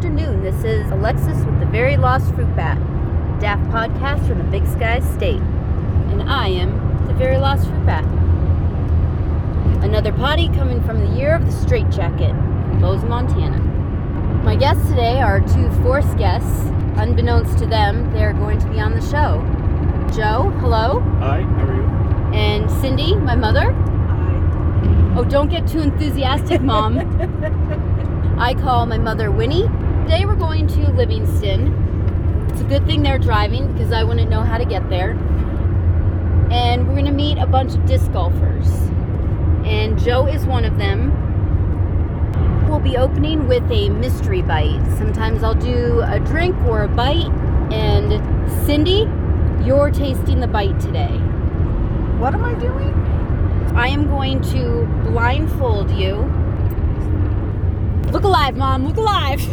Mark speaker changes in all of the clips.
Speaker 1: This is Alexis with the Very Lost Fruit Bat, DAF podcast from the Big Sky State. And I am the Very Lost Fruit Bat. Another potty coming from the year of the straight jacket, Lowe's, Montana. My guests today are two force guests. Unbeknownst to them, they're going to be on the show. Joe, hello,
Speaker 2: Hi, how are you?
Speaker 1: and Cindy, my mother. Oh, don't get too enthusiastic, Mom. I call my mother Winnie. Today we're going to Livingston. It's a good thing they're driving because I wouldn't know how to get there. And we're going to meet a bunch of disc golfers. And Joe is one of them. We'll be opening with a mystery bite. Sometimes I'll do a drink or a bite. And Cindy, you're tasting the bite today.
Speaker 3: What am I doing?
Speaker 1: I am going to blindfold you. Look alive, Mom. Look alive.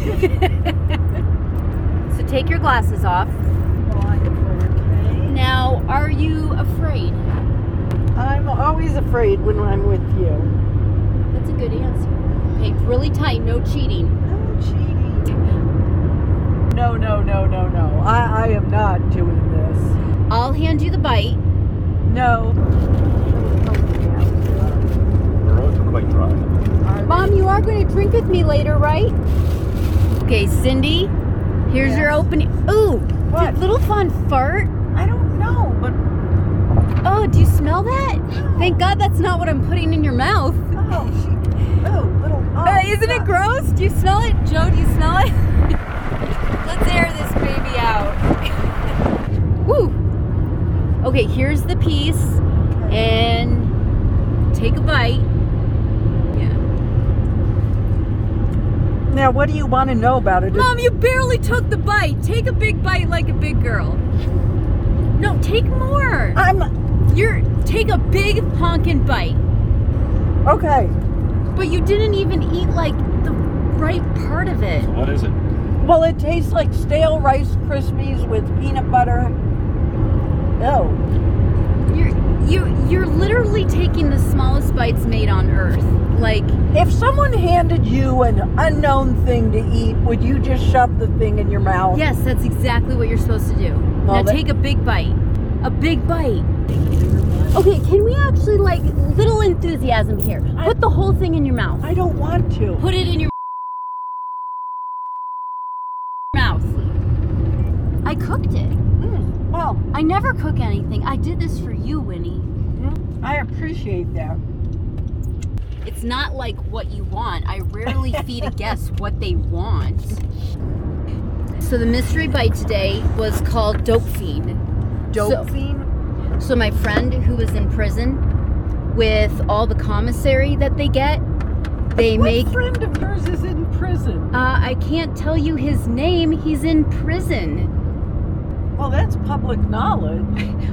Speaker 1: so take your glasses off.
Speaker 3: Okay.
Speaker 1: Now, are you afraid?
Speaker 3: I'm always afraid when I'm with you.
Speaker 1: That's a good answer. Okay, really tight. No cheating.
Speaker 3: No cheating. No, no, no, no, no. I, I am not doing this.
Speaker 1: I'll hand you the bite.
Speaker 3: No.
Speaker 2: The roads are quite dry.
Speaker 1: Mom, you are going to drink with me later, right? Okay, Cindy. Here's your
Speaker 3: Yes.
Speaker 1: opening. Ooh,
Speaker 3: What?
Speaker 1: did little fun fart?
Speaker 3: I don't know, but
Speaker 1: Oh, do you smell that? Thank God that's not what I'm putting in your mouth.
Speaker 3: oh, she. Oh, little. Oh,
Speaker 1: Uh, isn't it
Speaker 3: God.
Speaker 1: gross? Do you smell it? Joe, do you smell it? Let's air this baby out. Woo! Okay, here's the piece.
Speaker 3: Eh.
Speaker 1: And take a bite. Yeah.
Speaker 3: Now, what do you want to know about it?
Speaker 1: Mom, you barely took the bite. Take a big bite like a big girl. No, take more.
Speaker 3: I'm
Speaker 1: You're take a big honkin' bite.
Speaker 3: okay.
Speaker 1: But you didn't even eat like the right part of it.
Speaker 2: What is it?
Speaker 3: Well, it tastes like stale Rice Krispies with peanut butter. Oh,
Speaker 1: You're you you're literally taking the smallest bites made on earth. Like
Speaker 3: if someone handed you an unknown thing to eat, would you just shove the thing in your mouth?
Speaker 1: yes, that's exactly what you're supposed to do. now
Speaker 3: Well, that-
Speaker 1: take a big bite. A big bite. Okay, can we actually like little enthusiasm here?
Speaker 3: I-
Speaker 1: Put the whole thing in your mouth.
Speaker 3: I don't want to.
Speaker 1: Put it in your mouth. I cooked it. Hmm.
Speaker 3: Mm, well,
Speaker 1: I never cook anything. I did this for you, Winnie.
Speaker 3: I appreciate that.
Speaker 1: It's not like what you want. I rarely feed a guest what they want. So the mystery bite today was called Dope Fiend.
Speaker 3: Dope fiend.
Speaker 1: So my friend who was in prison, with all the commissary that they get, they
Speaker 3: What
Speaker 1: make. Uh,
Speaker 3: friend of yours is in prison?
Speaker 1: I can't tell you his name. He's in prison.
Speaker 3: Well, that's public knowledge.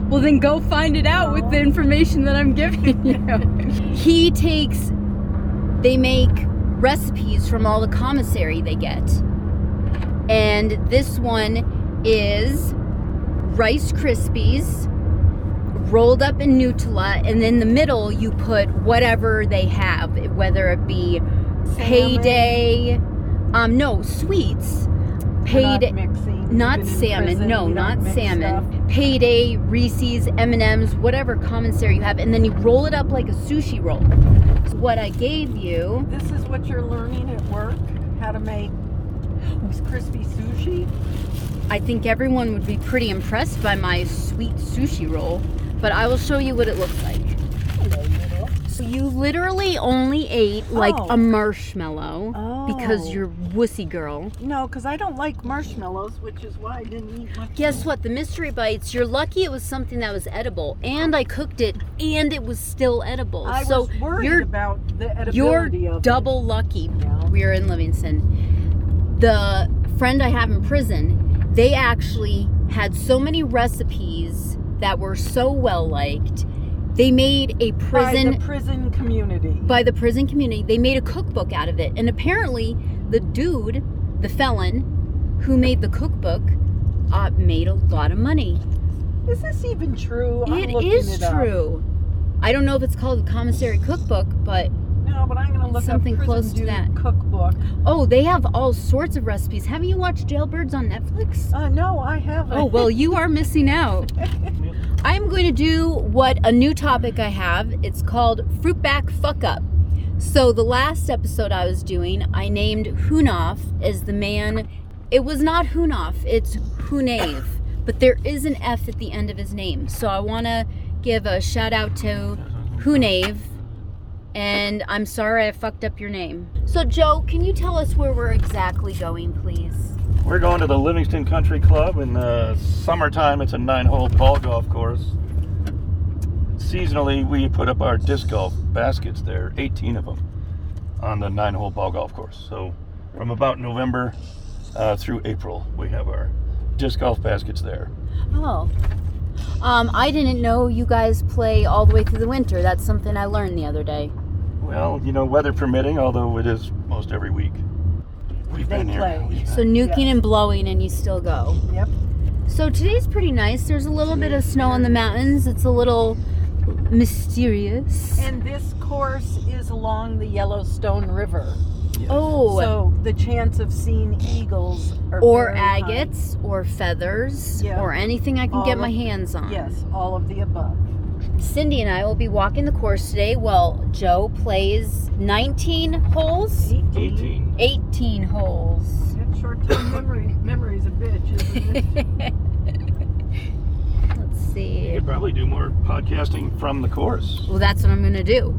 Speaker 1: Well, then go find it out with the information that I'm giving you. he takes. They make recipes from all the commissary they get, and this one is Rice Krispies. rolled up in Nutella, and in the middle you put whatever they have, whether it be payday, um, no sweets,
Speaker 3: We're not
Speaker 1: payday,
Speaker 3: mixing.
Speaker 1: not,
Speaker 3: Even in
Speaker 1: salmon,
Speaker 3: prison,
Speaker 1: no,
Speaker 3: we don't
Speaker 1: not
Speaker 3: mix
Speaker 1: salmon, payday, Reese's, M and M's, whatever commissary you have, and then you roll it up like a sushi roll. So what I gave you,
Speaker 3: stuff. This is what you're learning at work: how to make crispy sushi.
Speaker 1: I think everyone would be pretty impressed by my sweet sushi roll, but I will show you what it looks like.
Speaker 3: Hello, little.
Speaker 1: So you literally only ate like
Speaker 3: Oh.
Speaker 1: a marshmallow because
Speaker 3: Oh.
Speaker 1: you're wussy girl.
Speaker 3: No, because I don't like marshmallows, which is why I didn't eat much.
Speaker 1: Guess what? The mystery bites. You're lucky it was something that was edible, and I cooked it, and it was still edible.
Speaker 3: I
Speaker 1: so
Speaker 3: was worried
Speaker 1: you're
Speaker 3: about the
Speaker 1: you're
Speaker 3: edibility of
Speaker 1: double lucky.
Speaker 3: it. now.
Speaker 1: We are in Livingston. The friend I have in prison, they actually had so many recipes that were so well liked. They made a prison
Speaker 3: By the prison community.
Speaker 1: by the prison community. They made a cookbook out of it. And apparently, the dude, the felon who made the cookbook, uh, made a lot of money.
Speaker 3: Is this even true? I'm
Speaker 1: it
Speaker 3: looking
Speaker 1: is
Speaker 3: it up.
Speaker 1: true. I don't know if it's called the commissary cookbook, but
Speaker 3: now, but I'm going to
Speaker 1: It's
Speaker 3: look
Speaker 1: something
Speaker 3: up Prison
Speaker 1: close to
Speaker 3: Dude
Speaker 1: that.
Speaker 3: cookbook.
Speaker 1: Oh, they have all sorts of recipes. Haven't you watched Jailbirds on Netflix?
Speaker 3: Uh, no, I haven't.
Speaker 1: Oh, well, you are missing out. I'm going to do what a new topic I have. It's called Fruit Back Fuck Up. So, the last episode I was doing, I named Hunoff as the man. It was not Hunoff, it's Hunave, but there is an F at the end of his name. So, I want to give a shout out to Hunave, and I'm sorry I fucked up your name. So, Joe, can you tell us where we're exactly going, please?
Speaker 2: We're going to the Livingston Country Club in the summertime. It's a nine-hole ball golf course. Seasonally, we put up our disc golf baskets there, 18 of them, on the nine-hole ball golf course. So, from about November uh, through April, we have our disc golf baskets there.
Speaker 1: Oh. Um, I didn't know you guys play all the way through the winter. That's something I learned the other day.
Speaker 2: Well, you know, weather permitting, although it is most every week. We've
Speaker 3: They
Speaker 2: been here.
Speaker 3: play.
Speaker 2: We've
Speaker 1: So nuking
Speaker 3: Yeah.
Speaker 1: and blowing, and you still go.
Speaker 3: Yep.
Speaker 1: So today's pretty nice. There's a little bit of snow in the mountains. It's a little mysterious.
Speaker 3: And this course is along the Yellowstone River.
Speaker 2: Yes.
Speaker 1: Oh,
Speaker 3: So the chance of seeing eagles are
Speaker 1: or
Speaker 3: very high.
Speaker 1: agates, or feathers,
Speaker 3: Yeah.
Speaker 1: or anything I can
Speaker 3: All
Speaker 1: get
Speaker 3: of-
Speaker 1: my hands on.
Speaker 3: Yes, all of the above.
Speaker 1: Cindy and I will be walking the course today. Well, Joe plays 19 holes,
Speaker 2: 18.
Speaker 1: 18 holes.
Speaker 3: That short-term memory memory's a bitch, isn't it?
Speaker 1: Let's
Speaker 2: You
Speaker 1: see.
Speaker 2: could probably do more podcasting from the course.
Speaker 1: Well, that's what I'm gonna do.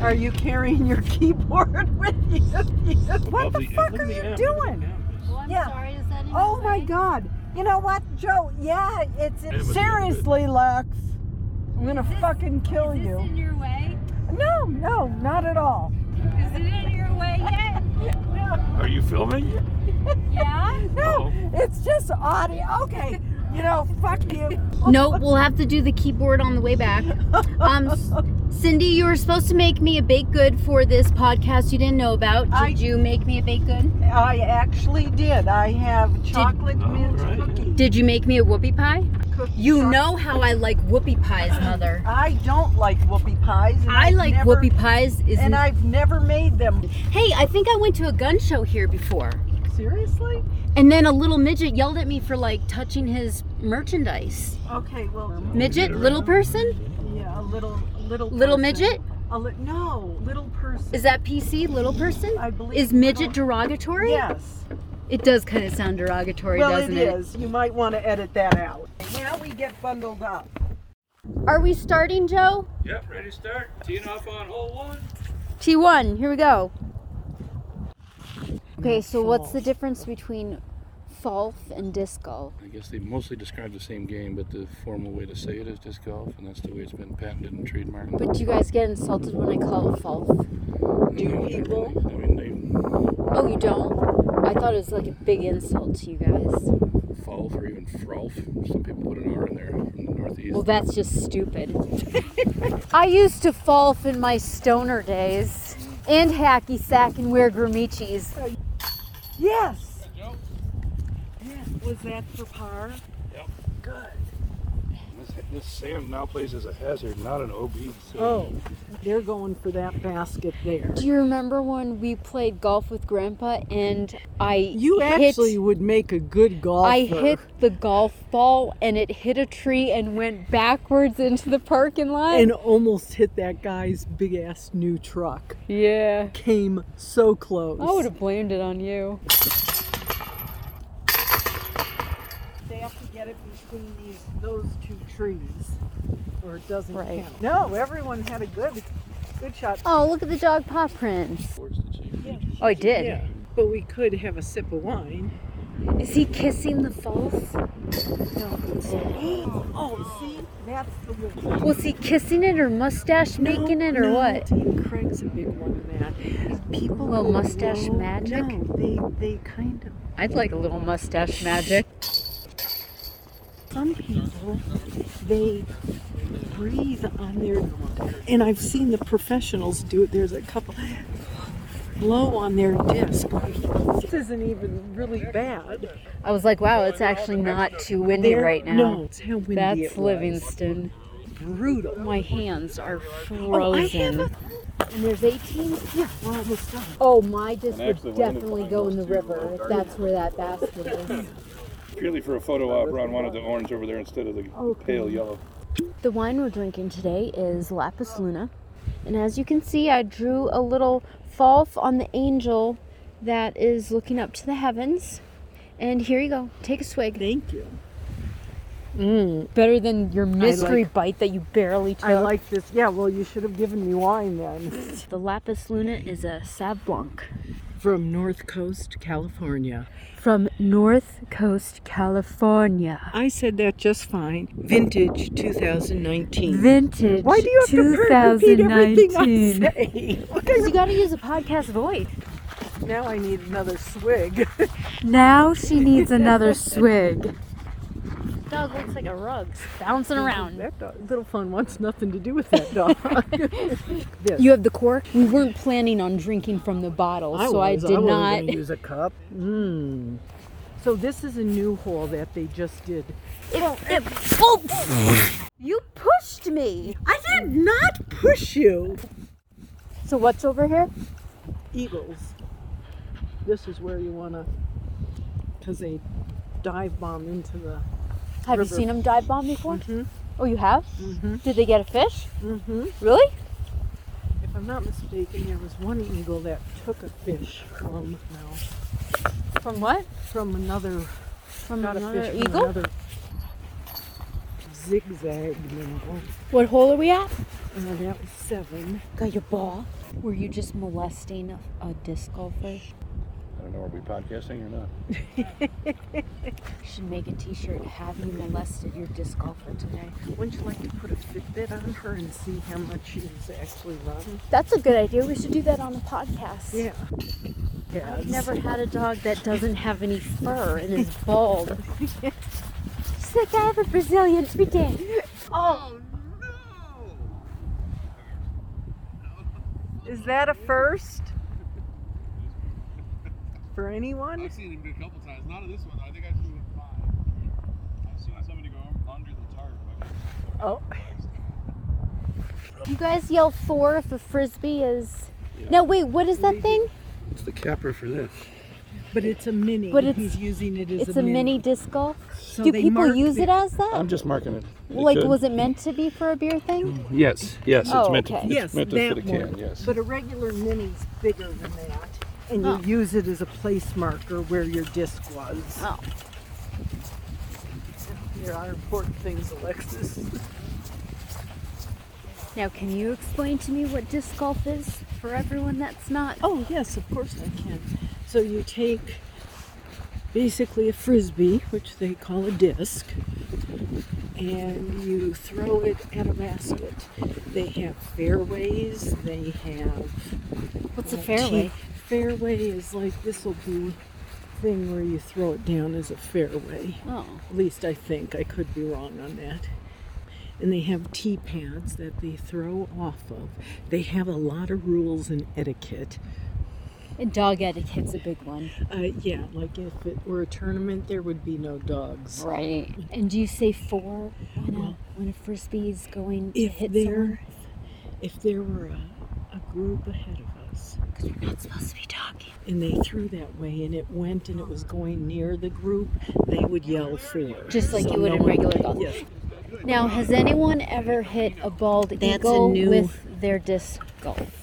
Speaker 3: Are you carrying your keyboard with you? what the fuck are you doing?
Speaker 1: Well, Oh, I'm
Speaker 3: Yeah.
Speaker 1: sorry. Is that in your
Speaker 3: Oh my
Speaker 1: way?
Speaker 3: god. You know what, Joe? Yeah, it's
Speaker 2: It was
Speaker 3: seriously, Lex. I'm gonna
Speaker 1: Is this-
Speaker 3: fucking kill
Speaker 1: Is this
Speaker 3: you.
Speaker 1: in your way?
Speaker 3: No, no, not at all.
Speaker 1: Is it in your way yet?
Speaker 3: No,
Speaker 2: Are you filming?
Speaker 1: Yeah.
Speaker 2: Oh.
Speaker 3: no, it's just audio. Okay, you know, fuck you.
Speaker 1: No, we'll have to do the keyboard on the way back. Um, S- Cindy, you were supposed to make me a baked good for this podcast you didn't know about. Did
Speaker 3: I-
Speaker 1: you make me a baked good?
Speaker 3: I actually did. I have chocolate
Speaker 2: Oh,
Speaker 3: mint
Speaker 2: right, yeah.
Speaker 3: cookie.
Speaker 1: Did you make me a whoopie pie?
Speaker 3: cooked
Speaker 1: You
Speaker 3: chocolate-
Speaker 1: know how I like whoopie pies, mother.
Speaker 3: I don't like whoopie pies. and
Speaker 1: I
Speaker 3: I've
Speaker 1: like
Speaker 3: never-
Speaker 1: whoopie pies. Is
Speaker 3: And I've never made them.
Speaker 1: hey, I think I went to a gun show here before,
Speaker 3: Seriously?
Speaker 1: and then a little midget yelled at me for like touching his merchandise.
Speaker 3: Okay, well,
Speaker 1: Midget, little person,
Speaker 3: yeah, a little, a little.
Speaker 1: little
Speaker 3: person.
Speaker 1: midget.
Speaker 3: A li- no, little person.
Speaker 1: Is that PC, little person?
Speaker 3: I believe
Speaker 1: Is midget
Speaker 3: little-
Speaker 1: derogatory?
Speaker 3: Yes.
Speaker 1: It does kind of sound derogatory,
Speaker 3: well,
Speaker 1: doesn't
Speaker 3: it is. You might want to edit that out. Now we get bundled up.
Speaker 1: Are we starting, Joe?
Speaker 2: Yep, ready to start. Teeing off on hole one.
Speaker 1: T1, here we go. Okay, so what's the difference between Falf and disc golf?
Speaker 2: I guess they mostly describe the same game, but the formal way to say it is disc golf, and that's the way it's been patented and trademarked.
Speaker 1: But do you guys get insulted when I call it Falf?
Speaker 2: Do people? I mean,
Speaker 1: Oh, you don't? I thought it was like a big insult to you guys.
Speaker 2: they falf or even frolf. Some people put an R in there from the Northeast.
Speaker 1: Well, that's just stupid. I used to Falf in my stoner days and hacky sack and wear grumichis.
Speaker 3: Yes. Yeah. Was that for par?
Speaker 2: Yep. This, this sand now plays as a hazard, not an OB. So
Speaker 3: Oh, they're going for that basket there.
Speaker 1: Do you remember when we played golf with Grandpa and I
Speaker 3: You
Speaker 1: hit-
Speaker 3: actually would make a good golfer.
Speaker 1: I hit the golf ball and it hit a tree and went backwards into the parking lot.
Speaker 3: and almost hit that guy's big ass new truck.
Speaker 1: yeah.
Speaker 3: Came so close.
Speaker 1: I would have blamed it on you.
Speaker 3: They have to get it between these those two trees, or it doesn't
Speaker 1: Right.
Speaker 3: count. No, everyone had a good, good shot.
Speaker 1: Oh, look at the dog paw prints.
Speaker 2: Towards the chief.
Speaker 1: Oh, I did.
Speaker 3: Yeah, but we could have a sip of wine.
Speaker 1: Is he kissing the false?
Speaker 3: No. Oh, see, that's the one.
Speaker 1: Was he kissing it or mustache making it or
Speaker 3: no,
Speaker 1: what?
Speaker 3: Dave Craig's a big one in that. People
Speaker 1: Little
Speaker 3: go
Speaker 1: mustache
Speaker 3: low-
Speaker 1: magic?
Speaker 3: No, they they kind of.
Speaker 1: I'd like a little mustache magic.
Speaker 3: some people they breathe on their and i've seen the professionals do it there's a couple blow on their disc this isn't even really bad
Speaker 1: I was like, wow, it's actually not too windy
Speaker 3: They're-
Speaker 1: right now.
Speaker 3: no it's how windy it
Speaker 1: That's
Speaker 3: was.
Speaker 1: Livingston.
Speaker 3: brutal.
Speaker 1: My hands are
Speaker 3: Oh, I have
Speaker 1: frozen.
Speaker 3: a-
Speaker 1: and there's 18.
Speaker 3: yeah, we're almost done.
Speaker 1: Oh, my just
Speaker 2: And actually,
Speaker 1: would
Speaker 2: we're gonna
Speaker 1: definitely
Speaker 2: find
Speaker 1: go in the
Speaker 2: those two
Speaker 1: river
Speaker 2: little
Speaker 1: if that's where that basket is.
Speaker 2: Purely for a photo op, Ron wanted the orange over there instead of the pale yellow.
Speaker 1: The wine we're drinking today is Lapis Luna. And as you can see, I drew a little falf on the angel that is looking up to the heavens. And here you go. Take a swig.
Speaker 3: Thank you.
Speaker 1: Better than your mystery
Speaker 3: mystery
Speaker 1: bite that you barely took.
Speaker 3: I like this. Yeah, well, you should have given me wine then.
Speaker 1: the Lapis Luna is a Sauv Blanc
Speaker 3: From North Coast, California.
Speaker 1: from North Coast, California.
Speaker 3: I said that just fine. Vintage 2019.
Speaker 1: Vintage
Speaker 3: Why do you have to per- repeat everything I say? Look, I-
Speaker 1: you gotta use a podcast voice.
Speaker 3: now I need another swig.
Speaker 1: Now she needs another swig. Dog looks like a rug, bouncing around.
Speaker 3: That dog, little fun wants nothing to do with that dog. this.
Speaker 1: You have the cork. We weren't planning on drinking from the bottle,
Speaker 3: I
Speaker 1: so I
Speaker 3: was,
Speaker 1: did
Speaker 3: wasn't
Speaker 1: not.
Speaker 3: gonna use a cup. Mm. So this is a new hole that they just did.
Speaker 1: you pushed me.
Speaker 3: I did not push you.
Speaker 1: So what's over here?
Speaker 3: Eagles. This is where you wanna, because they dive bomb into the.
Speaker 1: Have
Speaker 3: River.
Speaker 1: you seen them dive bomb before? Oh, you have.
Speaker 3: Mhm.
Speaker 1: Did they get a fish?
Speaker 3: Mm-hmm.
Speaker 1: Really?
Speaker 3: If I'm not mistaken, there was one eagle that took a fish from no,
Speaker 1: From what?
Speaker 3: from another
Speaker 1: From
Speaker 3: not
Speaker 1: another
Speaker 3: a fish
Speaker 1: eagle?
Speaker 3: from another zigzag now.
Speaker 1: What hole are we at?
Speaker 3: Uh, that was seven.
Speaker 1: Got your ball. Were you just molesting a, a disc golfer?
Speaker 2: I don't know, are we podcasting or not?
Speaker 1: Should make a T-shirt. Have you molested your disc golfer today?
Speaker 3: Wouldn't you like to put a Fitbit on her and see how much she's actually run?
Speaker 1: That's a good idea. We should do that on the podcast.
Speaker 3: Yeah.
Speaker 1: I've
Speaker 3: Yes.
Speaker 1: never had a dog that doesn't have any fur and is bald. She's like, I have a Brazilian every day. Oh,
Speaker 3: Is that a first? For anyone?
Speaker 4: I've seen him do it a couple times. Not of this one. though. I think I've seen him five. I've seen somebody go under the tarp. I guess.
Speaker 3: Oh.
Speaker 1: you guys yell four if a frisbee is. Now wait, what is that thing?
Speaker 2: It's the capper for this.
Speaker 3: But it's a mini.
Speaker 1: But it's-
Speaker 3: He's using it as
Speaker 1: It's a mini disc golf.
Speaker 3: So
Speaker 1: Do
Speaker 3: they
Speaker 1: people
Speaker 3: mark
Speaker 1: use
Speaker 3: the-
Speaker 1: it as that?
Speaker 2: just marking it.
Speaker 1: Like, was it meant to be for a beer thing?
Speaker 2: Yes, yes, it's
Speaker 1: Oh,
Speaker 2: meant to,
Speaker 1: okay.
Speaker 2: it's
Speaker 3: Yes,
Speaker 2: meant to
Speaker 3: that
Speaker 2: fit a
Speaker 3: one.
Speaker 2: can, yes.
Speaker 3: But a regular mini's bigger than that. And you
Speaker 1: Oh.
Speaker 3: use it as a place marker where your disc was.
Speaker 1: Oh.
Speaker 3: There are important things, Alexis.
Speaker 1: Now, can you explain to me what disc golf is for everyone that's not?
Speaker 3: Oh, yes, of course I can. So you take basically a frisbee, which they call a disc, and you throw it at a basket. They have fairways, they have.
Speaker 1: What's a
Speaker 3: uh,
Speaker 1: fairway?
Speaker 3: tee- Fairway is like this will be thing where you throw it down as a fairway.
Speaker 1: Oh,
Speaker 3: At least I think. I could be wrong on that. And they have tee pads that they throw off of. They have a lot of rules and etiquette.
Speaker 1: and dog etiquette's a big one.
Speaker 3: Uh, yeah, like if it were a tournament, there would be no dogs.
Speaker 1: Right. And do you say four when a, when a frisbee's going to
Speaker 3: If
Speaker 1: hit someone?
Speaker 3: there, if there were a, a group ahead of us,
Speaker 1: Because we're not supposed to be talking.
Speaker 3: and they threw that way, and it went, and it was going near the group, they would yell four.
Speaker 1: Just like
Speaker 3: So
Speaker 1: you would
Speaker 3: no
Speaker 1: in
Speaker 3: one-
Speaker 1: regular golf.
Speaker 3: Yes.
Speaker 1: Now, has anyone ever hit a bald
Speaker 3: a
Speaker 1: eagle
Speaker 3: new-
Speaker 1: with their disc golf?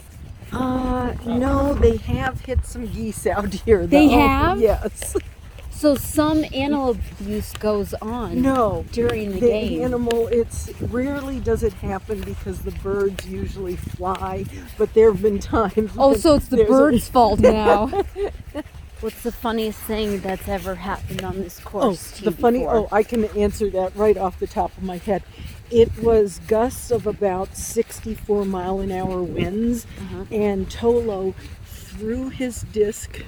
Speaker 3: Uh, no, they have hit some geese out here.
Speaker 1: They
Speaker 3: though.
Speaker 1: have?
Speaker 3: Yes.
Speaker 1: So some animal abuse goes on
Speaker 3: No.
Speaker 1: during the,
Speaker 3: The
Speaker 1: game.
Speaker 3: animal, it's rarely does it happen because the birds usually fly, but there have been times.
Speaker 1: Oh,
Speaker 3: when
Speaker 1: so it's the
Speaker 3: there's a-
Speaker 1: bird's fault now. What's the funniest thing that's ever happened on this
Speaker 3: Oh,
Speaker 1: course? to
Speaker 3: the
Speaker 1: you
Speaker 3: funny.
Speaker 1: before?
Speaker 3: Oh, I can answer that right off the top of my head. It was gusts of about 64 mile an hour winds,
Speaker 1: Uh-huh.
Speaker 3: and Tolo threw his disc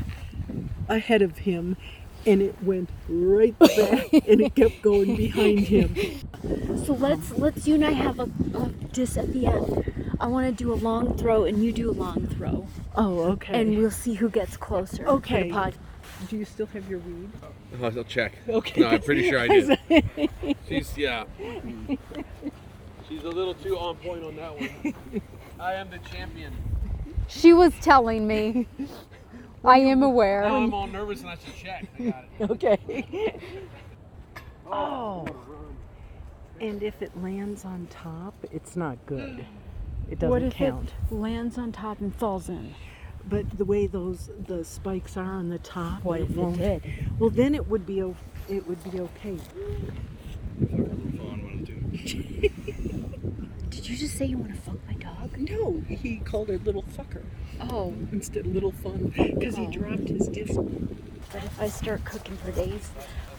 Speaker 3: ahead of him, and it went right back, and it kept going behind him.
Speaker 5: oh,
Speaker 1: So let's let's you and I have a, a dis at the end. I want to do a long throw and you do a long throw,
Speaker 3: Oh, okay.
Speaker 1: and we'll see who gets closer. for the
Speaker 3: Okay.
Speaker 1: pod-
Speaker 3: do you still have your weed?
Speaker 4: Oh, I'll, I'll check.
Speaker 3: Okay.
Speaker 4: No, I'm pretty sure I did. She's yeah. She's a little too on point on that one. I am the champion.
Speaker 6: She was telling me. I am aware.
Speaker 4: Now I'm all nervous and I should check. I got it.
Speaker 3: Okay. Oh. And if it lands on top, it's not good. It doesn't
Speaker 5: What if
Speaker 3: count.
Speaker 5: it lands on top and falls in?
Speaker 3: But the way those the spikes are on the top,
Speaker 5: What
Speaker 3: it
Speaker 5: if it
Speaker 3: won't.
Speaker 5: did?
Speaker 3: Well, then it would be o- it would be okay.
Speaker 2: Fawn wanted to.
Speaker 1: Did you just say you want to fuck my dog?
Speaker 3: No, he called her little fucker
Speaker 1: Oh,
Speaker 3: instead of little fun because he dropped his disc.
Speaker 5: But if I start cooking for days,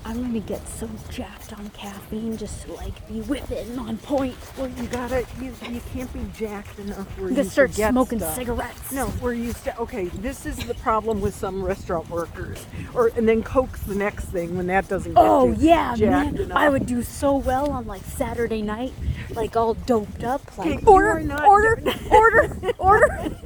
Speaker 5: I'm gonna get so jacked on caffeine just to like be with it and on point.
Speaker 3: Well, you gotta you, you can't be jacked enough where
Speaker 5: Just start
Speaker 3: forget
Speaker 5: smoking
Speaker 3: stuff.
Speaker 5: cigarettes.
Speaker 3: No, we're used to okay. This is the problem with some restaurant workers, or and then Coke's the next thing when that doesn't. Get
Speaker 5: Oh
Speaker 3: you
Speaker 5: yeah,
Speaker 3: jacked
Speaker 5: man!
Speaker 3: Enough.
Speaker 5: I would do so well on like Saturday night, like all doped up, like
Speaker 3: Okay, you are
Speaker 5: order,
Speaker 3: not
Speaker 5: order, order, order.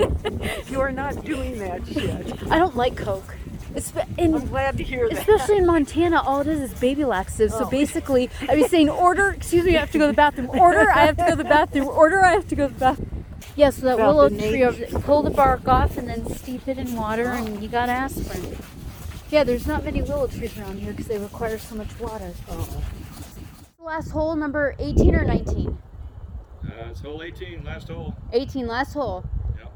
Speaker 3: You're not doing that shit.
Speaker 5: I don't like Coke. It's in
Speaker 3: I'm glad to hear that.
Speaker 5: Especially in Montana, all it is is baby laxative.
Speaker 1: Oh.
Speaker 5: So basically, I was saying, order, excuse me, I have to go to the bathroom. Order, I have to go to the bathroom. Order, I have to go to the bathroom.
Speaker 6: Yeah, so that
Speaker 3: About
Speaker 6: willow
Speaker 3: the
Speaker 6: tree over there, pull the bark off and then steep it in water and you got aspirin. Yeah, there's not many willow trees around here because they require so much water.
Speaker 1: last hole number 18 or 19?
Speaker 2: Uh, it's hole 18, last hole.
Speaker 1: 18, last hole.
Speaker 2: Yep.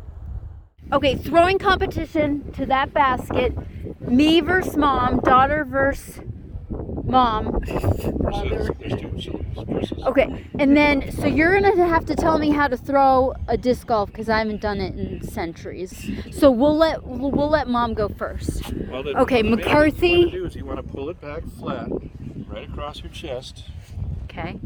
Speaker 1: Okay, throwing competition to that basket. Me versus mom, daughter versus mom.
Speaker 2: Versus, there's two versus. versus.
Speaker 1: Okay, and then so you're gonna have to tell me how to throw a disc golf because I haven't done it in centuries. So we'll let we'll, we'll let mom go first.
Speaker 2: Well, the,
Speaker 1: Okay,
Speaker 2: the main thing You
Speaker 1: McCarthy.
Speaker 2: want to do is you want to pull it back flat, right across your chest,
Speaker 1: Okay.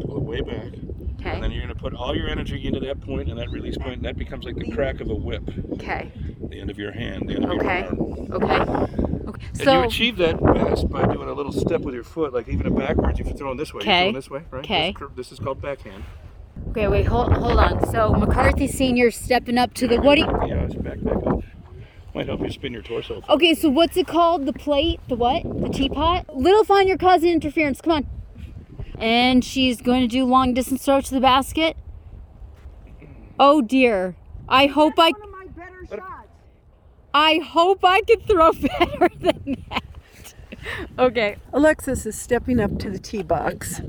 Speaker 2: pull it way back,
Speaker 1: Okay.
Speaker 2: and then you're going to put all your energy into that point and that release point, and that becomes like the crack of a whip,
Speaker 1: Okay.
Speaker 2: the end of your hand, the end of
Speaker 1: Okay.
Speaker 2: your arm.
Speaker 1: Okay. Okay.
Speaker 2: And
Speaker 1: So
Speaker 2: you achieve that best by doing a little step with your foot, like even a backwards. If you're throwing this way,
Speaker 1: Okay.
Speaker 2: you're throwing this way, right? This
Speaker 1: Okay.
Speaker 2: cur- This, is called backhand.
Speaker 1: okay, wait, hold hold on. So McCarthy Senior stepping up to the what? Do you,
Speaker 2: Yeah, it's back, back up. Might help you spin your torso.
Speaker 1: okay, so what's it called? The plate? The what? The teapot? Little find your cousin interference. Come on. And she's going to do long distance throw to the basket. Oh dear. I hope I
Speaker 3: One of my better shots.
Speaker 1: I hope I can throw better than that. Okay.
Speaker 3: Alexis is stepping up to the tee box.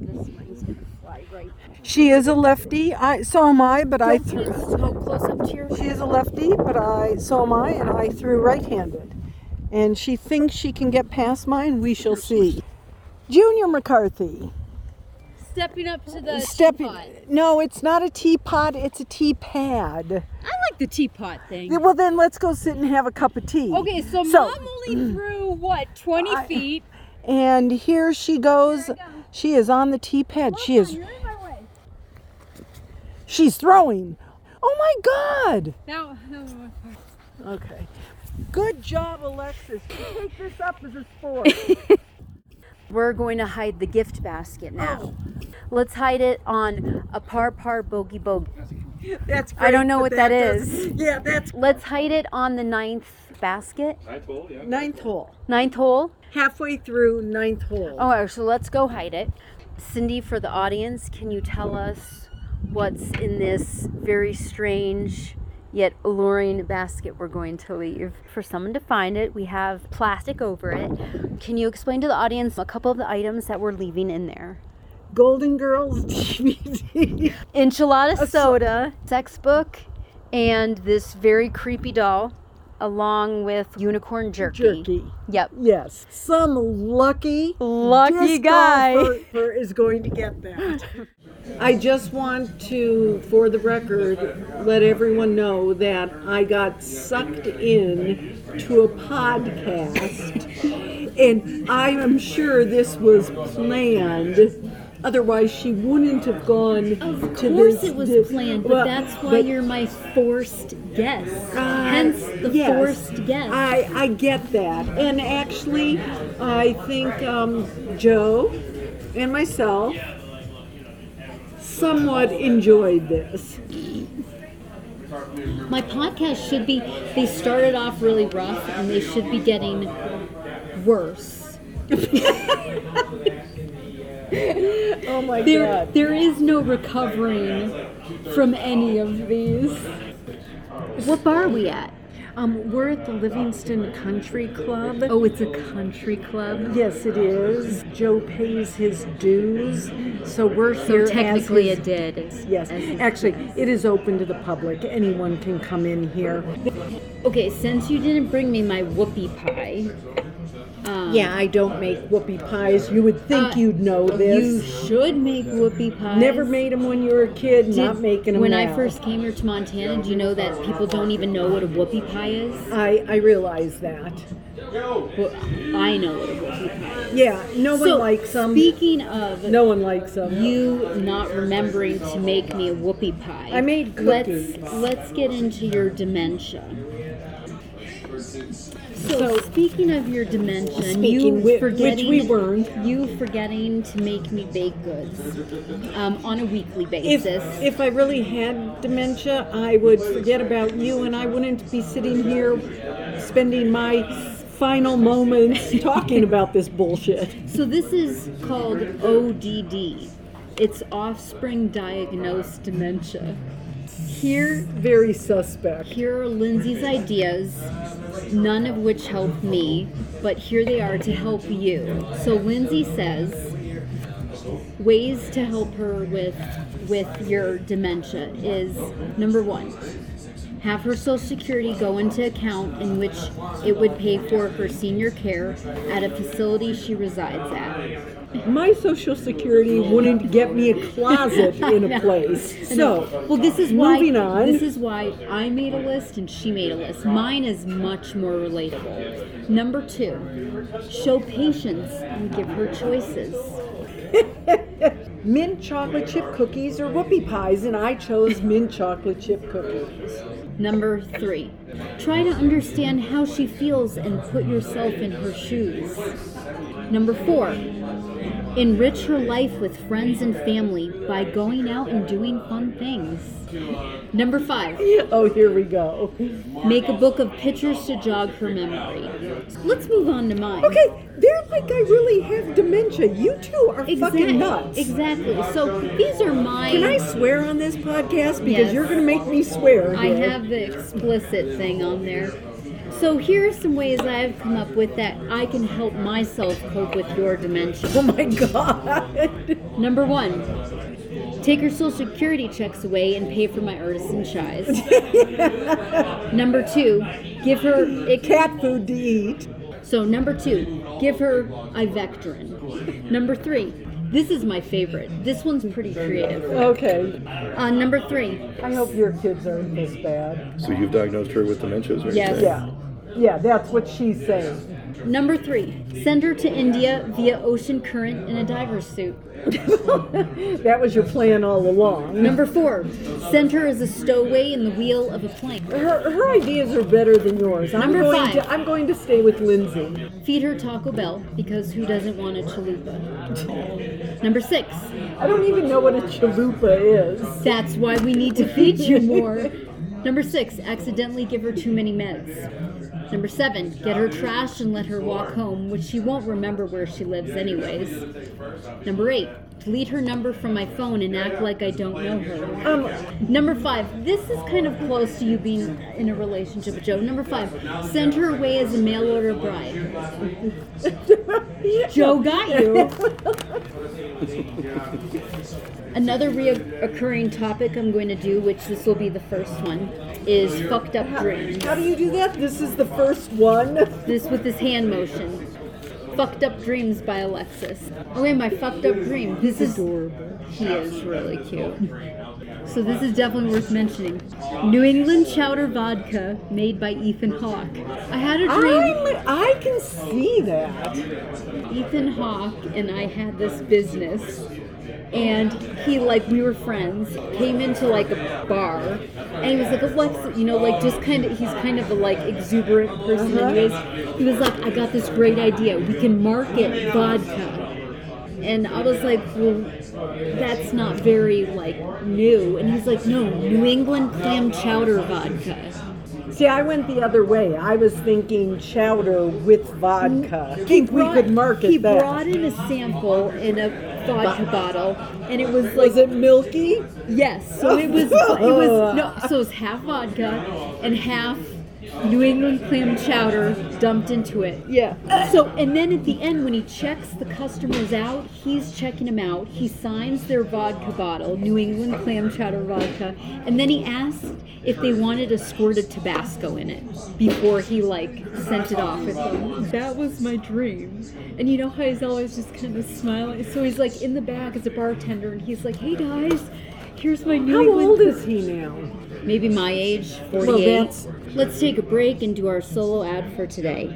Speaker 3: She is a lefty. I so am I, but I threw.
Speaker 6: close up to your
Speaker 3: She is a lefty, but I so am I, and I threw right-handed. And she thinks she can get past mine. We shall see. Junior McCarthy
Speaker 1: Stepping up to the
Speaker 3: stepping.
Speaker 1: teapot.
Speaker 3: No, it's not a teapot. It's a tea pad.
Speaker 1: I like the teapot thing.
Speaker 3: Yeah, well, then let's go sit and have a cup of tea.
Speaker 1: Okay, so,
Speaker 3: So-
Speaker 1: mom only threw what, 20
Speaker 3: I-
Speaker 1: feet?
Speaker 3: And here she goes. She is on the tee pad. she is. She's throwing. Oh my God.
Speaker 1: Now,
Speaker 3: Okay. Good job, Alexis. You take this up as a sport.
Speaker 6: We're going to hide the gift basket now. Let's hide it on a par par bogey bogey.
Speaker 3: That's
Speaker 6: I don't know
Speaker 3: great
Speaker 6: what that
Speaker 3: does-
Speaker 6: is.
Speaker 3: Yeah, that's
Speaker 6: Let's hide it on the ninth basket,
Speaker 2: Ninth hole, yeah.
Speaker 3: ninth hole.
Speaker 6: ninth hole.
Speaker 3: Halfway through ninth hole.
Speaker 6: All right, so let's go hide it. Cindy, for the audience, can you tell us what's in this very strange yet alluring basket we're going to leave? For someone to find it, we have plastic over it. Can you explain to the audience a couple of the items that we're leaving in there?
Speaker 3: Golden Girls DVD.
Speaker 6: Enchilada soda, sex book, and this very creepy doll, along with unicorn jerky.
Speaker 3: Jerky.
Speaker 6: Yep.
Speaker 3: Yes. Some lucky
Speaker 6: Lucky
Speaker 3: disc
Speaker 6: guy.
Speaker 3: golf golfer is going to get that. I just want to, for the record, let everyone know that I got sucked in to a podcast, and I am sure this was planned. Otherwise, she wouldn't have gone
Speaker 6: Of
Speaker 3: to
Speaker 6: course
Speaker 3: this.
Speaker 6: it was
Speaker 3: this-
Speaker 6: planned, but
Speaker 3: well,
Speaker 6: that's why
Speaker 3: but
Speaker 6: you're my forced guest.
Speaker 3: I-
Speaker 6: Hence the
Speaker 3: yes.
Speaker 6: forced guest.
Speaker 3: I, I get that. And actually, I think um, Joe and myself somewhat enjoyed this.
Speaker 6: my podcast should be they started off really rough and they should be getting worse.
Speaker 3: Oh my
Speaker 7: There,
Speaker 3: god.
Speaker 7: there is no recovering from any of these.
Speaker 1: What bar are we at?
Speaker 3: Um, we're at the Livingston Country Club.
Speaker 7: Oh, it's a country club.
Speaker 3: Yes, it is. Joe pays his dues, so we're here.
Speaker 1: So technically
Speaker 3: as
Speaker 1: it
Speaker 3: his,
Speaker 1: did. as-
Speaker 3: Yes,
Speaker 1: as his-
Speaker 3: actually, it is open to the public. Anyone can come in here.
Speaker 1: Okay, since you didn't bring me my whoopie pie,
Speaker 3: yeah, I don't make whoopie pies. You would think
Speaker 1: Uh,
Speaker 3: you'd know
Speaker 1: you
Speaker 3: this.
Speaker 1: should make whoopie pies.
Speaker 3: Never made them when you were a kid. not
Speaker 1: Did-
Speaker 3: making them
Speaker 1: When I
Speaker 3: now.
Speaker 1: first came here to Montana, do you know that people don't even know what a whoopie pie is?
Speaker 3: I I realize that.
Speaker 1: Well, I know what a whoopie pie is.
Speaker 3: Yeah, no
Speaker 1: So,
Speaker 3: one likes them.
Speaker 1: Speaking of
Speaker 3: no one likes them.
Speaker 1: you not remembering to make me a whoopie pie,
Speaker 3: I made cookies.
Speaker 1: Let's let's get into your dementia. So,
Speaker 3: So-
Speaker 1: speaking of your dementia, and
Speaker 3: Speaking
Speaker 1: you
Speaker 3: which, which
Speaker 1: forgetting
Speaker 3: we weren't.
Speaker 1: you forgetting to make me baked goods um, on a weekly
Speaker 3: If,
Speaker 1: basis.
Speaker 3: if I really had dementia, I would forget about you and I wouldn't be sitting here spending my final moments talking about this bullshit.
Speaker 1: So this is called ODD. It's offspring diagnosed dementia. Here,
Speaker 3: Very suspect.
Speaker 1: here are Lindsay's ideas, none of which help me, but here they are to help you. So Lindsay says ways to help her with with your dementia is number 1. Have her social security go into account in which it would pay for her senior care at a facility she resides at.
Speaker 3: My social security wouldn't get me a closet in a place. So,
Speaker 1: Well, this is why.
Speaker 3: Moving on.
Speaker 1: This is why I made a list and she made a list. Mine is much more relatable. Number two, show patience and give her choices.
Speaker 3: mint chocolate chip cookies or whoopie pies, and I chose mint chocolate chip cookies.
Speaker 1: Number three, try to understand how she feels and put yourself in her shoes. Number four, enrich her life with friends and family by going out and doing fun things. Number five,
Speaker 3: Oh, here we go.
Speaker 1: Make a book of pictures to jog her memory. Let's move on to mine.
Speaker 3: Okay, they're like I really have dementia. You two are fucking nuts.
Speaker 1: Exactly. So these are my.
Speaker 3: Can I swear on this podcast? Because
Speaker 1: Yes.
Speaker 3: you're going to make me swear.
Speaker 1: I
Speaker 3: here.
Speaker 1: have the explicit thing on there. So here are some ways I've come up with that I can help myself cope with your dementia.
Speaker 3: Oh my god.
Speaker 1: Number one, take her social security checks away and pay for my artisan shies. Number two, give her it
Speaker 3: Cat food to eat.
Speaker 1: So number two, give her Ivectrin. Number three, this is my favorite. This one's pretty creative.
Speaker 3: Okay.
Speaker 1: Uh, number three,
Speaker 3: I hope your kids aren't this bad.
Speaker 2: So you've diagnosed her with dementia? is what you're
Speaker 1: Yes.
Speaker 2: saying?
Speaker 3: Yeah. Yeah, that's what she's saying.
Speaker 1: number three, send her to India via ocean current in a diver's suit.
Speaker 3: That was your plan all along.
Speaker 1: Number four, send her as a stowaway in the wheel of a plane.
Speaker 3: Her, her ideas are better than yours. I'm
Speaker 1: Number
Speaker 3: going
Speaker 1: five.
Speaker 3: to I'm going to stay with Lindsay.
Speaker 1: Feed her Taco Bell because who doesn't want a chalupa? Number six,
Speaker 3: I don't even know what a chalupa is.
Speaker 1: that's why we need to feed you more. Number six, accidentally give her too many meds. Number seven, get her trash and let her walk home, which she won't remember where she lives anyways. Number eight, delete her number from my phone and act like I don't know her.
Speaker 3: Um,
Speaker 1: Number five, this is kind of close to you being in a relationship with Joe. Number five, send her away as a mail order bride. Joe got you. Another reoccurring topic I'm going to do, which this will be the first one, is fucked up dreams.
Speaker 3: how do you do that? This is the first one.
Speaker 1: this with this hand motion. Fucked up dreams by Alexis. Oh yeah, my fucked up dream. This is adorable. He is really cute. So this is definitely worth mentioning. New England chowder vodka made by Ethan Hawke. I had a dream.
Speaker 3: I'm, I can see that.
Speaker 1: Ethan Hawke and I had this business. And he like we were friends. Came into like a bar, and he was like, "Alexa, you know, like just kind of he's kind of a like exuberant person."
Speaker 3: Uh-huh.
Speaker 1: Anyways, he was like, "I got this great idea. We can market vodka." And I was like, well, that's not very like new. And he's like, no, New England clam chowder vodka.
Speaker 3: See, I went the other way. I was thinking chowder with vodka. I think we
Speaker 1: brought-
Speaker 3: could market
Speaker 1: he
Speaker 3: that.
Speaker 1: brought in a sample in a vodka bottle, and it was like
Speaker 3: Was it Oh. milky?
Speaker 1: yes. So it was it was no. So it was half vodka and half New England clam chowder dumped into it.
Speaker 3: Yeah.
Speaker 1: So, and then at the end, when he checks the customers out, he's checking them out. He signs their vodka bottle, New England clam chowder vodka, and then he asked if they wanted a squirt of Tabasco in it before he like sent it off. at them. That was my dream. And you know how he's always just kind of smiling. So he's like in the back as a bartender, and he's like, "Hey guys." Here's my New
Speaker 3: How
Speaker 1: England
Speaker 3: old is he now?
Speaker 1: maybe my age, 48.
Speaker 3: that's-
Speaker 1: Let's take a break and do our solo ad for today.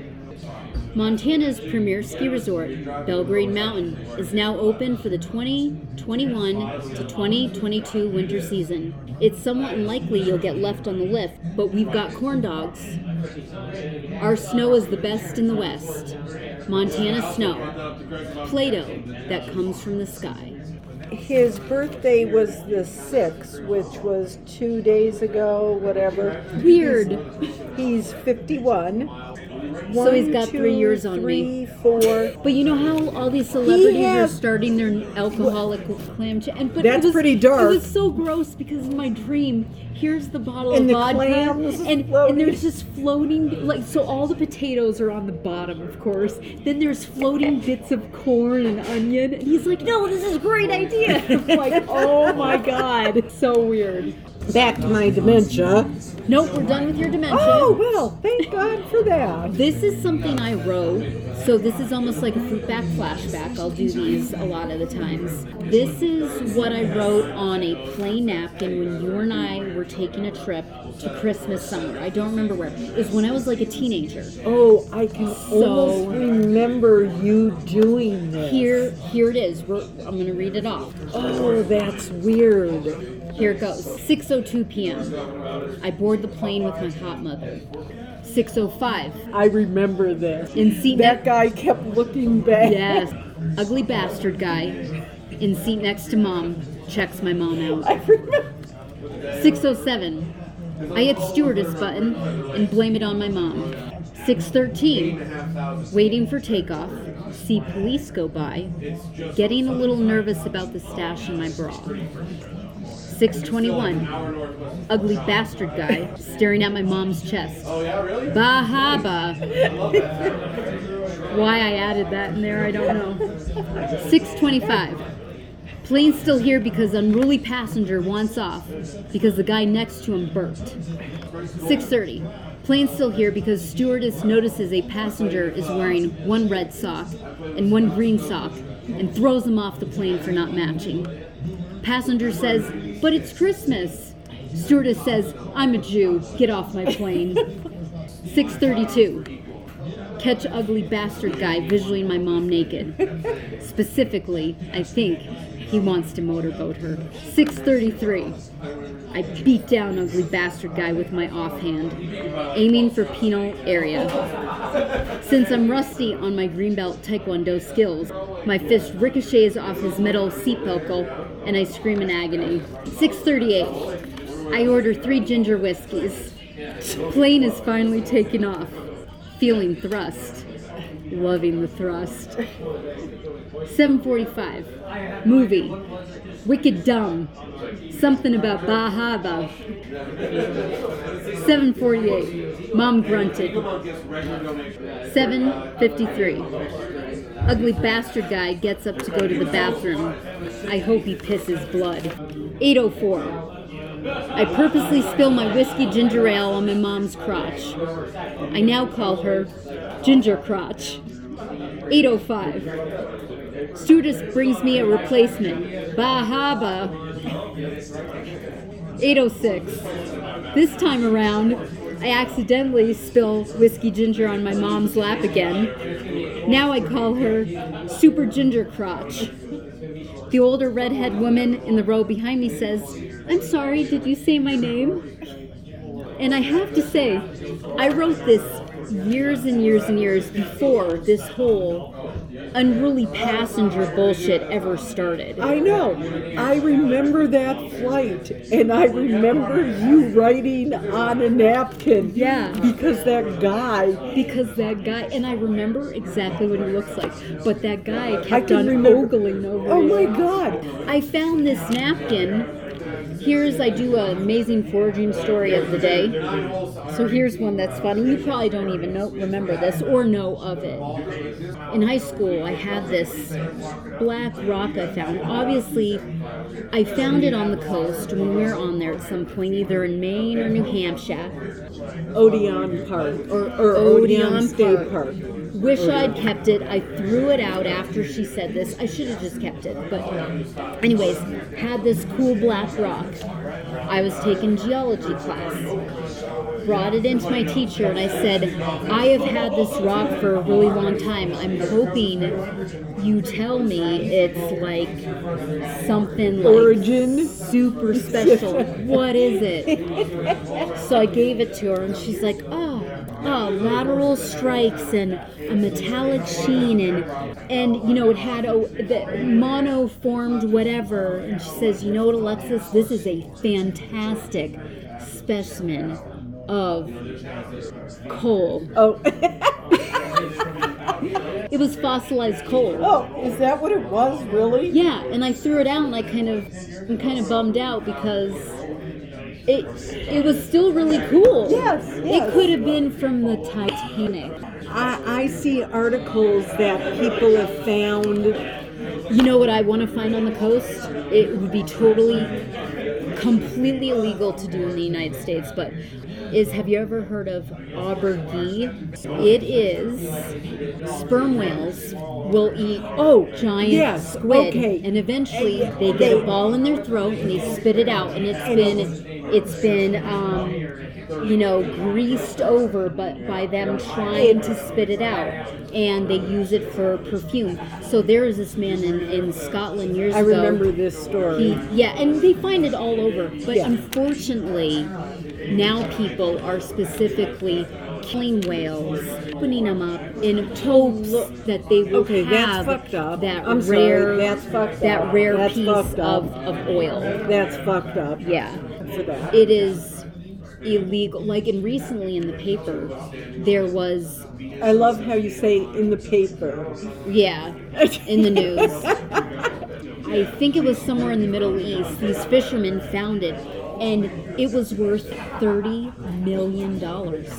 Speaker 1: Montana's premier ski resort, Belgrade Mountain, is now open for the 2021 to 2022 winter season. It's somewhat unlikely you'll get left on the lift, but we've got corn dogs. Our snow is the best in the West. Montana snow. Play Doh that comes from the sky.
Speaker 3: His birthday was the sixth, which was two days ago, whatever.
Speaker 1: Weird.
Speaker 3: He's fifty-one.
Speaker 1: So he's
Speaker 3: One,
Speaker 1: got three
Speaker 3: two,
Speaker 1: years on me.
Speaker 3: three, four.
Speaker 1: But you know how all these celebrities are
Speaker 3: has-
Speaker 1: starting their alcoholic clam chowder, and but
Speaker 3: That's
Speaker 1: it was,
Speaker 3: pretty dark.
Speaker 1: It was so gross because in my dream, here's the bottle
Speaker 3: And
Speaker 1: of
Speaker 3: the
Speaker 1: vodka,
Speaker 3: clams
Speaker 1: and
Speaker 3: floating.
Speaker 1: and there's just floating like so. All the potatoes are on the bottom, of course. Then there's floating bits of corn and onion, and he's like, "No, this is a great idea." I'm like, oh my god, it's so weird.
Speaker 3: Back to my dementia.
Speaker 1: Nope, we're done with your dementia.
Speaker 3: Oh well, thank God for that.
Speaker 1: This is something I wrote, so this is almost like a fruit back flashback. I'll do these a lot of the times. This is what I wrote on a plain napkin when you and I were taking a trip to Christmas somewhere. I don't remember where. It was when I was like a teenager.
Speaker 3: Oh, I can
Speaker 1: So-
Speaker 3: almost remember you doing this.
Speaker 1: Here, here it is. We're, I'm gonna read it off.
Speaker 3: Oh, that's weird.
Speaker 1: Here it goes. 6:02 p.m. I board the plane with my hot mother. 6:05
Speaker 3: I remember this.
Speaker 1: in seat.
Speaker 3: That guy kept looking back.
Speaker 1: Yes. Ugly bastard guy in seat next to mom checks my mom out.
Speaker 3: I remember.
Speaker 1: 607. I hit stewardess button and blame it on my mom. 613. Waiting for takeoff. See police go by. Getting a little nervous about the stash in my bra. 621. Ugly bastard guy staring at my mom's chest. Bahaba. Why I added that in there, I don't know. 625. Plane still here because unruly passenger wants off because the guy next to him burped. 6:30. Plane still here because stewardess notices a passenger is wearing one red sock and one green sock and throws him off the plane for not matching. Passenger says, "But it's Christmas." Stewardess says, "I'm a Jew. Get off my plane." 6:32. Catch ugly bastard guy visually my mom naked. Specifically, I think he wants to motorboat her. 633. I beat down ugly bastard guy with my offhand, aiming for penal area. Since I'm rusty on my greenbelt taekwondo skills, my fist ricochets off his metal seat buckle and I scream in agony. 638. I order three ginger whiskeys. Plane is finally taking off. Feeling thrust. Loving the thrust. 745 movie wicked dumb something about bahaba 748 mom grunted 753 ugly bastard guy gets up to go to the bathroom i hope he pisses blood 804 I purposely spill my whiskey ginger ale on my mom's crotch. I now call her Ginger Crotch. 805. Stewardess brings me a replacement. Bahaba. 806. This time around, I accidentally spill whiskey ginger on my mom's lap again. Now I call her Super Ginger Crotch. The older redhead woman in the row behind me says, I'm sorry, did you say my name? And I have to say, I wrote this years and years and years before this whole unruly passenger bullshit ever started.
Speaker 3: I know. I remember that flight, and I remember you writing on a napkin.
Speaker 1: Yeah.
Speaker 3: Because that guy,
Speaker 1: Because that guy, and I remember exactly what he looks like, but that guy
Speaker 3: I
Speaker 1: kept
Speaker 3: can
Speaker 1: on
Speaker 3: remember.
Speaker 1: ogling over
Speaker 3: Oh
Speaker 1: it.
Speaker 3: my God!
Speaker 1: I found this napkin. Here's I do an amazing foraging story of the day. So here's one that's funny. You probably don't even know remember this or know of it. In high school, I had this black rock I found. Obviously, I found it on the coast when we were on there at some point, either in Maine or New Hampshire.
Speaker 3: Odeon Park or, or
Speaker 1: Odeon
Speaker 3: Odeon, State
Speaker 1: Park.
Speaker 3: Park.
Speaker 1: Wish I'd kept it. I threw it out after she said this. I should have just kept it. But, anyways, had this cool black rock. I was taking geology class. Brought it into my teacher and I said, I have had this rock for a really long time. I'm hoping you tell me it's like something like
Speaker 3: Origin?
Speaker 1: super special. what is it? So I gave it to her, and she's like, "Oh, oh, lateral strikes and a metallic sheen, and and you know it had a the mono formed whatever." And she says, "You know what, Alexis? This is a fantastic specimen of coal.
Speaker 3: Oh,
Speaker 1: It was fossilized coal."
Speaker 3: oh, is that what it was, really?
Speaker 1: Yeah, and I threw it out, and I kind of, I'm kind of bummed out because it, it was still really cool.
Speaker 3: Yes, yes.
Speaker 1: It could have been from the Titanic.
Speaker 3: I, I see articles that people have found.
Speaker 1: You know what I want to find on the coast? It would be totally, completely illegal to do in the United States, but is have you ever heard of aubergine? It is sperm whales will eat oh giant
Speaker 3: Yes,
Speaker 1: squid
Speaker 3: okay.
Speaker 1: and eventually they get a ball in their throat and they spit it out and it's been it's been um, you know greased over but by them trying to spit it out and they use it for perfume so there is this man in, in scotland years
Speaker 3: I
Speaker 1: ago
Speaker 3: remember this story.
Speaker 1: he- yeah, and they find it all over. But
Speaker 3: Yeah.
Speaker 1: unfortunately, now people are specifically killing whales, opening them up in hopes that they will
Speaker 3: Okay,
Speaker 1: have
Speaker 3: that's fucked up.
Speaker 1: that
Speaker 3: I'm sorry,
Speaker 1: rare
Speaker 3: that's fucked
Speaker 1: that
Speaker 3: up.
Speaker 1: rare
Speaker 3: That's
Speaker 1: piece
Speaker 3: fucked up.
Speaker 1: of, of oil.
Speaker 3: That's fucked up.
Speaker 1: Yeah
Speaker 3: For that.
Speaker 1: it is illegal. Like and recently in the paper, there was
Speaker 3: I love how you say in the paper.
Speaker 1: yeah in the news. I think it was somewhere in the Middle East. These fishermen found it, and it was worth thirty million dollars.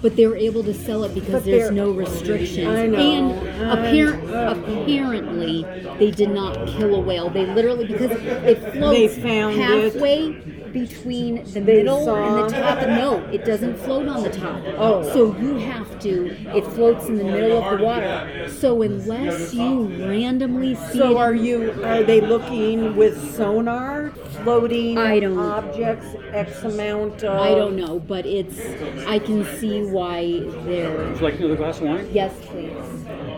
Speaker 1: But they were able to sell it because
Speaker 3: But
Speaker 1: there's
Speaker 3: they're-
Speaker 1: no restrictions.
Speaker 3: I know.
Speaker 1: And
Speaker 3: I'm-
Speaker 1: apparent, apparently, they did not kill a whale. They literally because it floats
Speaker 3: found it.
Speaker 1: halfway between the
Speaker 3: They
Speaker 1: middle and the
Speaker 3: saw-
Speaker 1: top. No, it doesn't float on the top.
Speaker 3: Oh.
Speaker 1: So you have to, it floats in the middle of the water. So unless you randomly see
Speaker 3: So
Speaker 1: it-
Speaker 3: are you? Are they looking with sonar, floating
Speaker 1: I don't-
Speaker 3: objects, X amount of?
Speaker 1: I don't know, but it's, I can see why they're,
Speaker 8: Would you like another glass of wine?
Speaker 1: yes, please.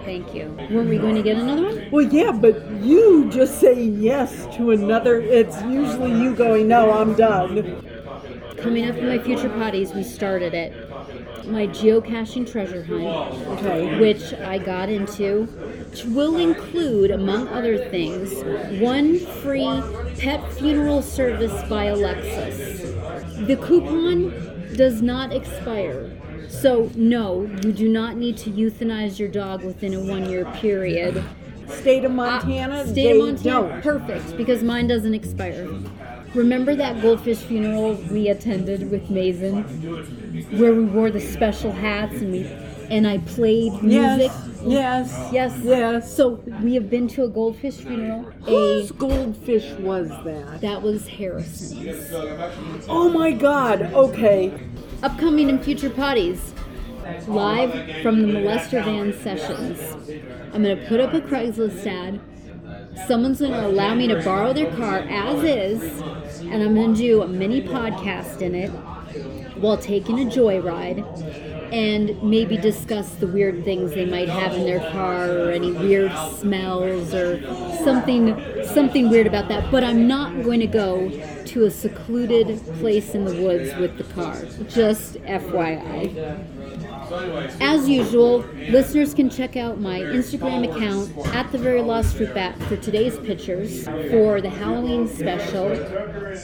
Speaker 1: Thank you. Were we going to get another one?
Speaker 3: Well, yeah, but you just saying yes to another. It's usually you going, no, I'm done.
Speaker 1: Coming up in my future potties, we started it. My geocaching treasure hunt.
Speaker 3: Okay.
Speaker 1: which I got into, which will include, among other things, one free pet funeral service by Alexis. The coupon does not expire. So, no, you do not need to euthanize your dog within a one year period.
Speaker 3: State of
Speaker 1: Ah,
Speaker 3: Montana.
Speaker 1: State of
Speaker 3: they
Speaker 1: Montana. Perfect, because mine doesn't expire. Remember that goldfish funeral we attended with Mason, where we wore the special hats and we and I played
Speaker 3: Don't.
Speaker 1: music.
Speaker 3: Yes. Yes.
Speaker 1: Yes.
Speaker 3: Yes.
Speaker 1: So we have been to a goldfish funeral. A
Speaker 3: Whose goldfish was that?
Speaker 1: that was Harrison's.
Speaker 3: Oh my God. Okay.
Speaker 1: Upcoming and future potties. Live from the molester van sessions. I'm gonna put up a Craigslist ad. Someone's gonna allow me to borrow their car as is, and I'm gonna do a mini podcast in it while taking a joyride and maybe discuss the weird things they might have in their car or any weird smells or something something weird about that, but I'm not going to go to a secluded place in the woods with the car. Just FYI. As usual, listeners can check out my Instagram account at the very lost fruit bat for today's pictures for the Halloween special.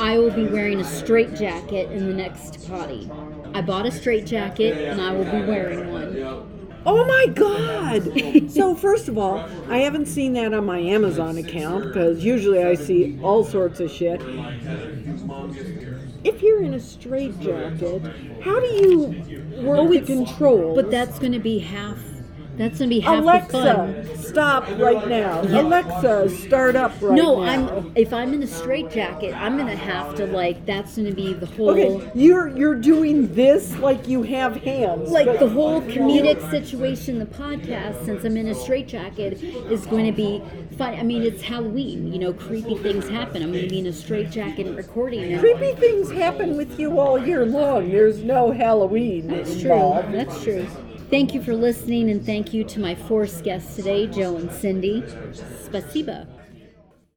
Speaker 1: I will be wearing a straight jacket in the next potty. I bought a straight jacket and I will be wearing one.
Speaker 3: Oh my God! so, first of all, I haven't seen that on my Amazon account because usually I see all sorts of shit. If you're in a straitjacket, how do you work the controls?
Speaker 1: But that's going to be half. That's going to be half the fun.
Speaker 3: Alexa, stop right now. Alexa, start up right
Speaker 1: no,
Speaker 3: now.
Speaker 1: I'm. If I'm in a straitjacket, I'm gonna have to like. That's gonna be the whole,
Speaker 3: Okay, you're you're doing this like you have hands.
Speaker 1: like the whole comedic situation. The podcast, since I'm in a straitjacket, is going to be fun. I mean, it's Halloween. You know, creepy things happen. I'm gonna be in a straitjacket and recording it.
Speaker 3: Creepy things happen with you all year long. There's no Halloween
Speaker 1: That's true.
Speaker 3: involved.
Speaker 1: That's true. Thank you for listening, and thank you to my force guests today, Joe and Cindy. Spasiba.